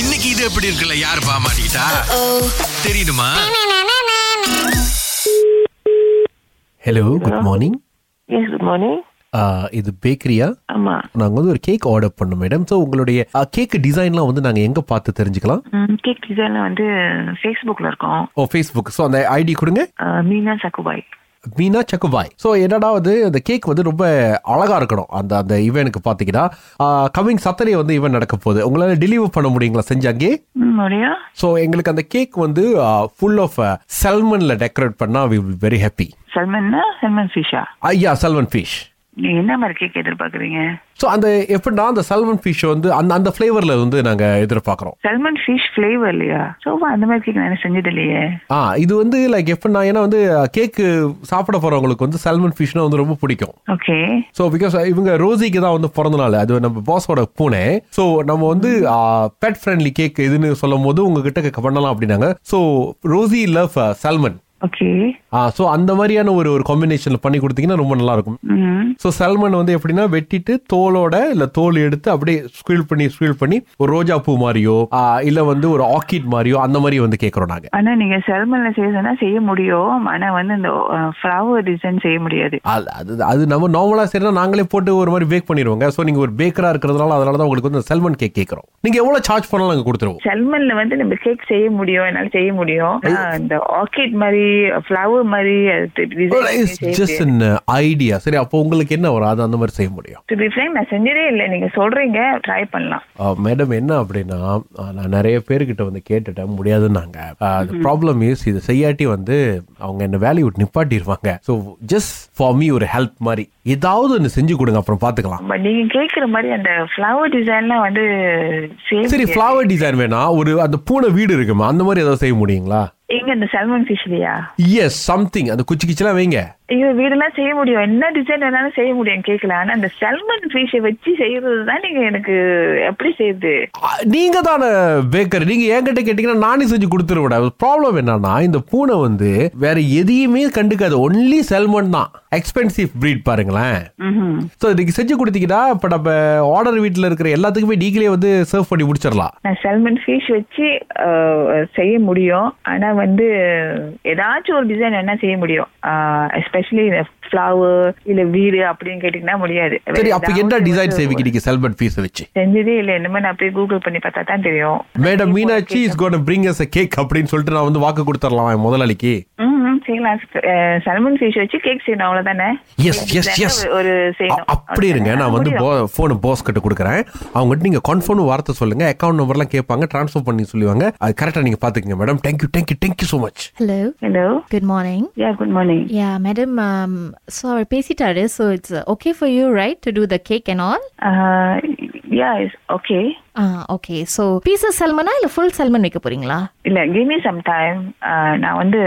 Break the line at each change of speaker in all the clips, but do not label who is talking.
இன்னைக்கு இது எப்படி இருக்குல்ல யார் பாமாட்டா தெரியுமா
hello good morning
yes good morning
இது பேக்கரியா
ஆமா
நாங்கள் வந்து ஒரு கேக் ஆர்டர் பண்ணோம் மேடம் ஸோ உங்களுடைய கேக் டிசைன்லாம் வந்து நாங்கள் எங்கே பார்த்து தெரிஞ்சுக்கலாம்
கேக் டிசைன்ல வந்து ஃபேஸ்புக்ல இருக்கோம்
ஓ ஃபேஸ்புக் ஸோ அந்த ஐடி கொடுங்க
அஹ், மீனா சக்குபாய்
மீனா சக்குபாய் ஸோ என்னடா வந்து அந்த கேக் வந்து ரொம்ப அழகாக இருக்கணும் அந்த அந்த ஈவெனுக்கு பார்த்தீங்கன்னா கம்மிங் சத்தரே வந்து ஈவென்ட் நடக்க போகுது உங்களால் டெலிவர் பண்ண முடியுங்களா செஞ்சாங்கே
மொழியா
ஸோ எங்களுக்கு அந்த கேக் வந்து uh, ஃபுல் ஆஃப் செல்மனில் டெக்கரேட் பண்ணால் வி வில் வெரி ஹாப்பி
சல்மன்னா சல்மன் ஃபிஷா
ஐயா செல்வன் ஃபிஷ்
நீங்க என்ன மாதிரி கேக் எதிர்பார்க்குறீங்க
ஸோ அந்த எப்படின்னா அந்த செல்வன் ஃபிஷ் வந்து அந்த அந்த ஃப்ளேவரில் வந்து நாங்கள் எதிர்பார்க்குறோம்
சல்மன் ஃபிஷ் ஃபிளேவர் இல்லையா சோபா அந்த மாதிரி கேக் நான் செஞ்சது இல்லையே
ஆ Uh, இது வந்து லைக் எப்படின்னா ஏன்னா வந்து கேக்கு சாப்பிட போகிறவங்களுக்கு வந்து செல்மன் ஃபிஷ்னா வந்து ரொம்ப பிடிக்கும்
ஓகே
ஸோ பிகாஸ் இவங்க ரோசிக்கு தான் வந்து பிறந்த நாள் அது நம்ம பாஸோட பூனே ஸோ நம்ம வந்து uh, பெட் ஃப்ரெண்ட்லி கேக் இதுன்னு சொல்லும் போது உங்ககிட்ட கேக்க பண்ணலாம் அப்படின்னாங்க so Rosie uh, love Salmond
okay
so Uh, அந்த மாதிரியான ஒரு ஒரு காம்பினேஷனில் பண்ணி கொடுத்தீங்கன்னா ரொம்ப நல்லா இருக்கும்
ம்
ஸோ சல்மன் வந்து எப்படின்னா வெட்டிட்டு தோலோட இல்லை தோல் எடுத்து அப்படியே ஸ்குயில் பண்ணி ஸ்குயில் பண்ணி ஒரு ரோஜா பூ மாதிரியோ இல்லை வந்து ஒரு ஆர்கிட் மாதிரியோ அந்த மாதிரி வந்து கேட்குறோம் நாங்கள்
ஆனா நீங்க சல்மன்ல செய்யணும்னா செய்ய முடியும் ஆனா வந்து இந்த ஃப்ளவர் டிசைன் செய்ய முடியாது
அது அது- அது நம்ம நார்மலாக சரினா நாங்களே போட்டு ஒரு மாதிரி பேக் பண்ணிடுவோங்க ஸோ நீங்கள் ஒரு பேக்கராக இருக்கிறதுனால அதனால தான் உங்களுக்கு வந்து அந்த செல்மன் கேக் கேட்குறோம் நீங்கள் எவ்வளோ சார்ஜ் பண்ணாலும் நாங்கள் கொடுத்துருவோம்
சல்மன்ல வந்து நம்ம கேக் செய்ய முடியும் என்னால செய்ய முடியும் ஆனா, இந்த ஆர்கிட் மாதிரி ஃப்ளவர் மாதிரி அது design
இட்ஸ்
செய்ய
ஜஸ்ட் அன் ஐடியா சரி அப்போ உங்களுக்கு என்ன வரும் அது அந்த மாதிரி செய்ய முடியும்
டு பி ஃப்ரேங்க் நான் செஞ்சதே இல்லை நீங்க சொல்றீங்க ட்ரை பண்ணலாம்
மேடம் என்ன அப்படின்னா ஆ, நான் நிறைய பேர்கிட்ட வந்து கேட்டுட்டேன் முடியாதுன்னாங்க ப்ராப்ளம் இஸ் இது செய்யாட்டி வந்து அவங்க என்ன வேலையை விட்டு நிப்பாட்டிடுவாங்க ஸோ ஜஸ்ட் ஃபார் மீ ஒரு ஹெல்ப் மாதிரி ஏதாவது ஒன்று செஞ்சு கொடுங்க அப்புறம் பார்த்துக்கலாம்
பட் நீங்க கேக்குற மாதிரி அந்த ஃப்ளவர் டிசைன்லாம் வந்து சேம்
சரி ஃப்ளவர் டிசைன் வேணா ஒரு அந்த பூனை வீடு இருக்குமா அந்த மாதிரி ஏதாவது செய்ய முடியுங்களா
எங்க இந்த சல்மன் ஃபிஷ்லயா
எஸ் சம்திங் அந்த குச்சி கிச்சிலாம் வைங்க
ஐயோ வீடெல்லாம் செய்ய முடியும் என்ன டிசைன் வேணாலும் செய்ய முடியும் கேக்கல ஆனா அந்த சல்மன் ஃபிஷை வச்சு செய்யறது தான் நீங்க எனக்கு எப்படி செய்யுது
அ, நீங்க தானே பேக்கர் நீங்க என்கிட்ட கேட்டீங்கன்னா நானே செஞ்சு கொடுத்துருவேன் ப்ராப்ளம் என்னன்னா இந்த பூனை வந்து வேற எதையுமே கண்டுக்காது ஒன்லி செல்மன் தான் எக்ஸ்பென்சிவ் ப்ரீட் பாருங்களேன் ஸோ இதுக்கு செஞ்சு கொடுத்தீங்கன்னா இப்போ நம்ம ஆர்டர் வீட்டில் இருக்கிற எல்லாத்துக்குமே நீங்களே வந்து சர்வ் பண்ணி முடிச்சிடலாம்
நான் சல்மன் ஃபிஷ் வச்சு அஹ், செய்ய முடியும் ஆனா வந்து ஏதாச்சும் ஒரு டிசைன் வேணா செய்ய முடியும் எஸ்பெஷலி இந்த ஃப்ளவர் இல்ல வீடு அப்படின்னு கேட்டீங்கன்னா முடியாது
சரி அப்போ என்ன
ஏதாவது
டிசைன் செய்வீங்க நீங்க செல்மன் பீஸ் வச்சு
செஞ்சதே இல்லை என்னமோ நான் அப்படியே கூகுள் பண்ணி பார்த்தா தான் தெரியும்
madam Meenakshi is gone bring us cake அப்படின்னு சொல்லிட்டு நான் வந்து வாக்கு கொடுத்துடலாம் என் முதலாளிக்கு
ம் ம், செய்யலாம் சல்மன் ஃபிஷ் வச்சு கேக் செய்யணும் அவ்வளவுதானே
எஸ் எஸ்
Design
எஸ்
ஒரு- ஒரு செய்யணும்
அப்படி இருங்க நான் வந்து
முடியும்.
ஃபோனு பாஸ் கிட்ட கொடுக்குறேன் அவங்ககிட்ட நீங்கள் கன்ஃபார்ம் வார்த்தை சொல்லுங்க அக்கௌண்ட் நம்பர்லாம் கேட்பாங்க ட்ரான்ஸ்ஃபர் பண்ணி சொல்லுவாங்க அது கரெக்டாக நீங்கள் பார்த்துக்கங்க madam thank you thank you thank you so much
Hello.
hello
Good morning.
yeah good morning
Yeah, madam. Um, so our pesitare, so it's uh, okay for you, right, to do the cake and all?
uh, yeah it's okay
Ah, okay. So pieces salmona இல்ல full salmon வைக்க போறீங்களா?
இல்ல give me some time uh, நான் வந்து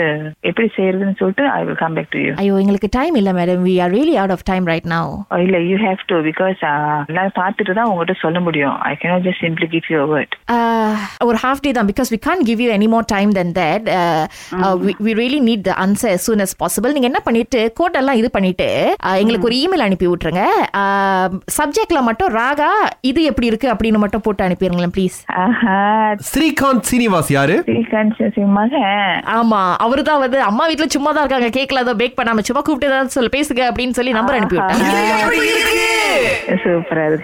எப்படி செய்யறதுன்னு சொல்லிட்டு i will come back to you
ஐயோ எங்களுக்கு டைம் இல்ல madam. We are really out of time right now.
Oh, இல்ல you have to because uh, எல்லாம் பார்த்துட்டு தான் உங்ககிட்ட சொல்ல முடியும் i cannot just simply give you a word
Uh, ஒரு half day தான் because we can't give you any more time than that. Uh, uh, we, we really need the answer as soon as possible. நீங்க என்ன பண்ணிட்டு code எல்லாம் இது பண்ணிட்டு uh, எங்களுக்கு ஒரு இமெயில் அனுப்பி விட்டுருங்க. சப்ஜெக்ட்ல மட்டும் ராகா இது எப்படி இருக்கு அப்படின்னு மட்டும் போட்டு அனுப்பிடுங்களேன் ப்ளீஸ்.
ஆஹா
ஸ்ரீகாந்த் சீனிவாஸ் யாரு
ஸ்ரீகாந்த் மகன்
ஆமா அவருதான் வந்து அம்மா வீட்ல சும்மா தான் இருக்காங்க கேக்ல ஏதோ பேக் பண்ணாம சும்மா கூப்பிட்டு ஏதாவது சொல்ல பேசுங்க அப்படின்னு சொல்லி நம்பர் அனுப்பி விட்டாங்க
சூப்பரா இருக்கு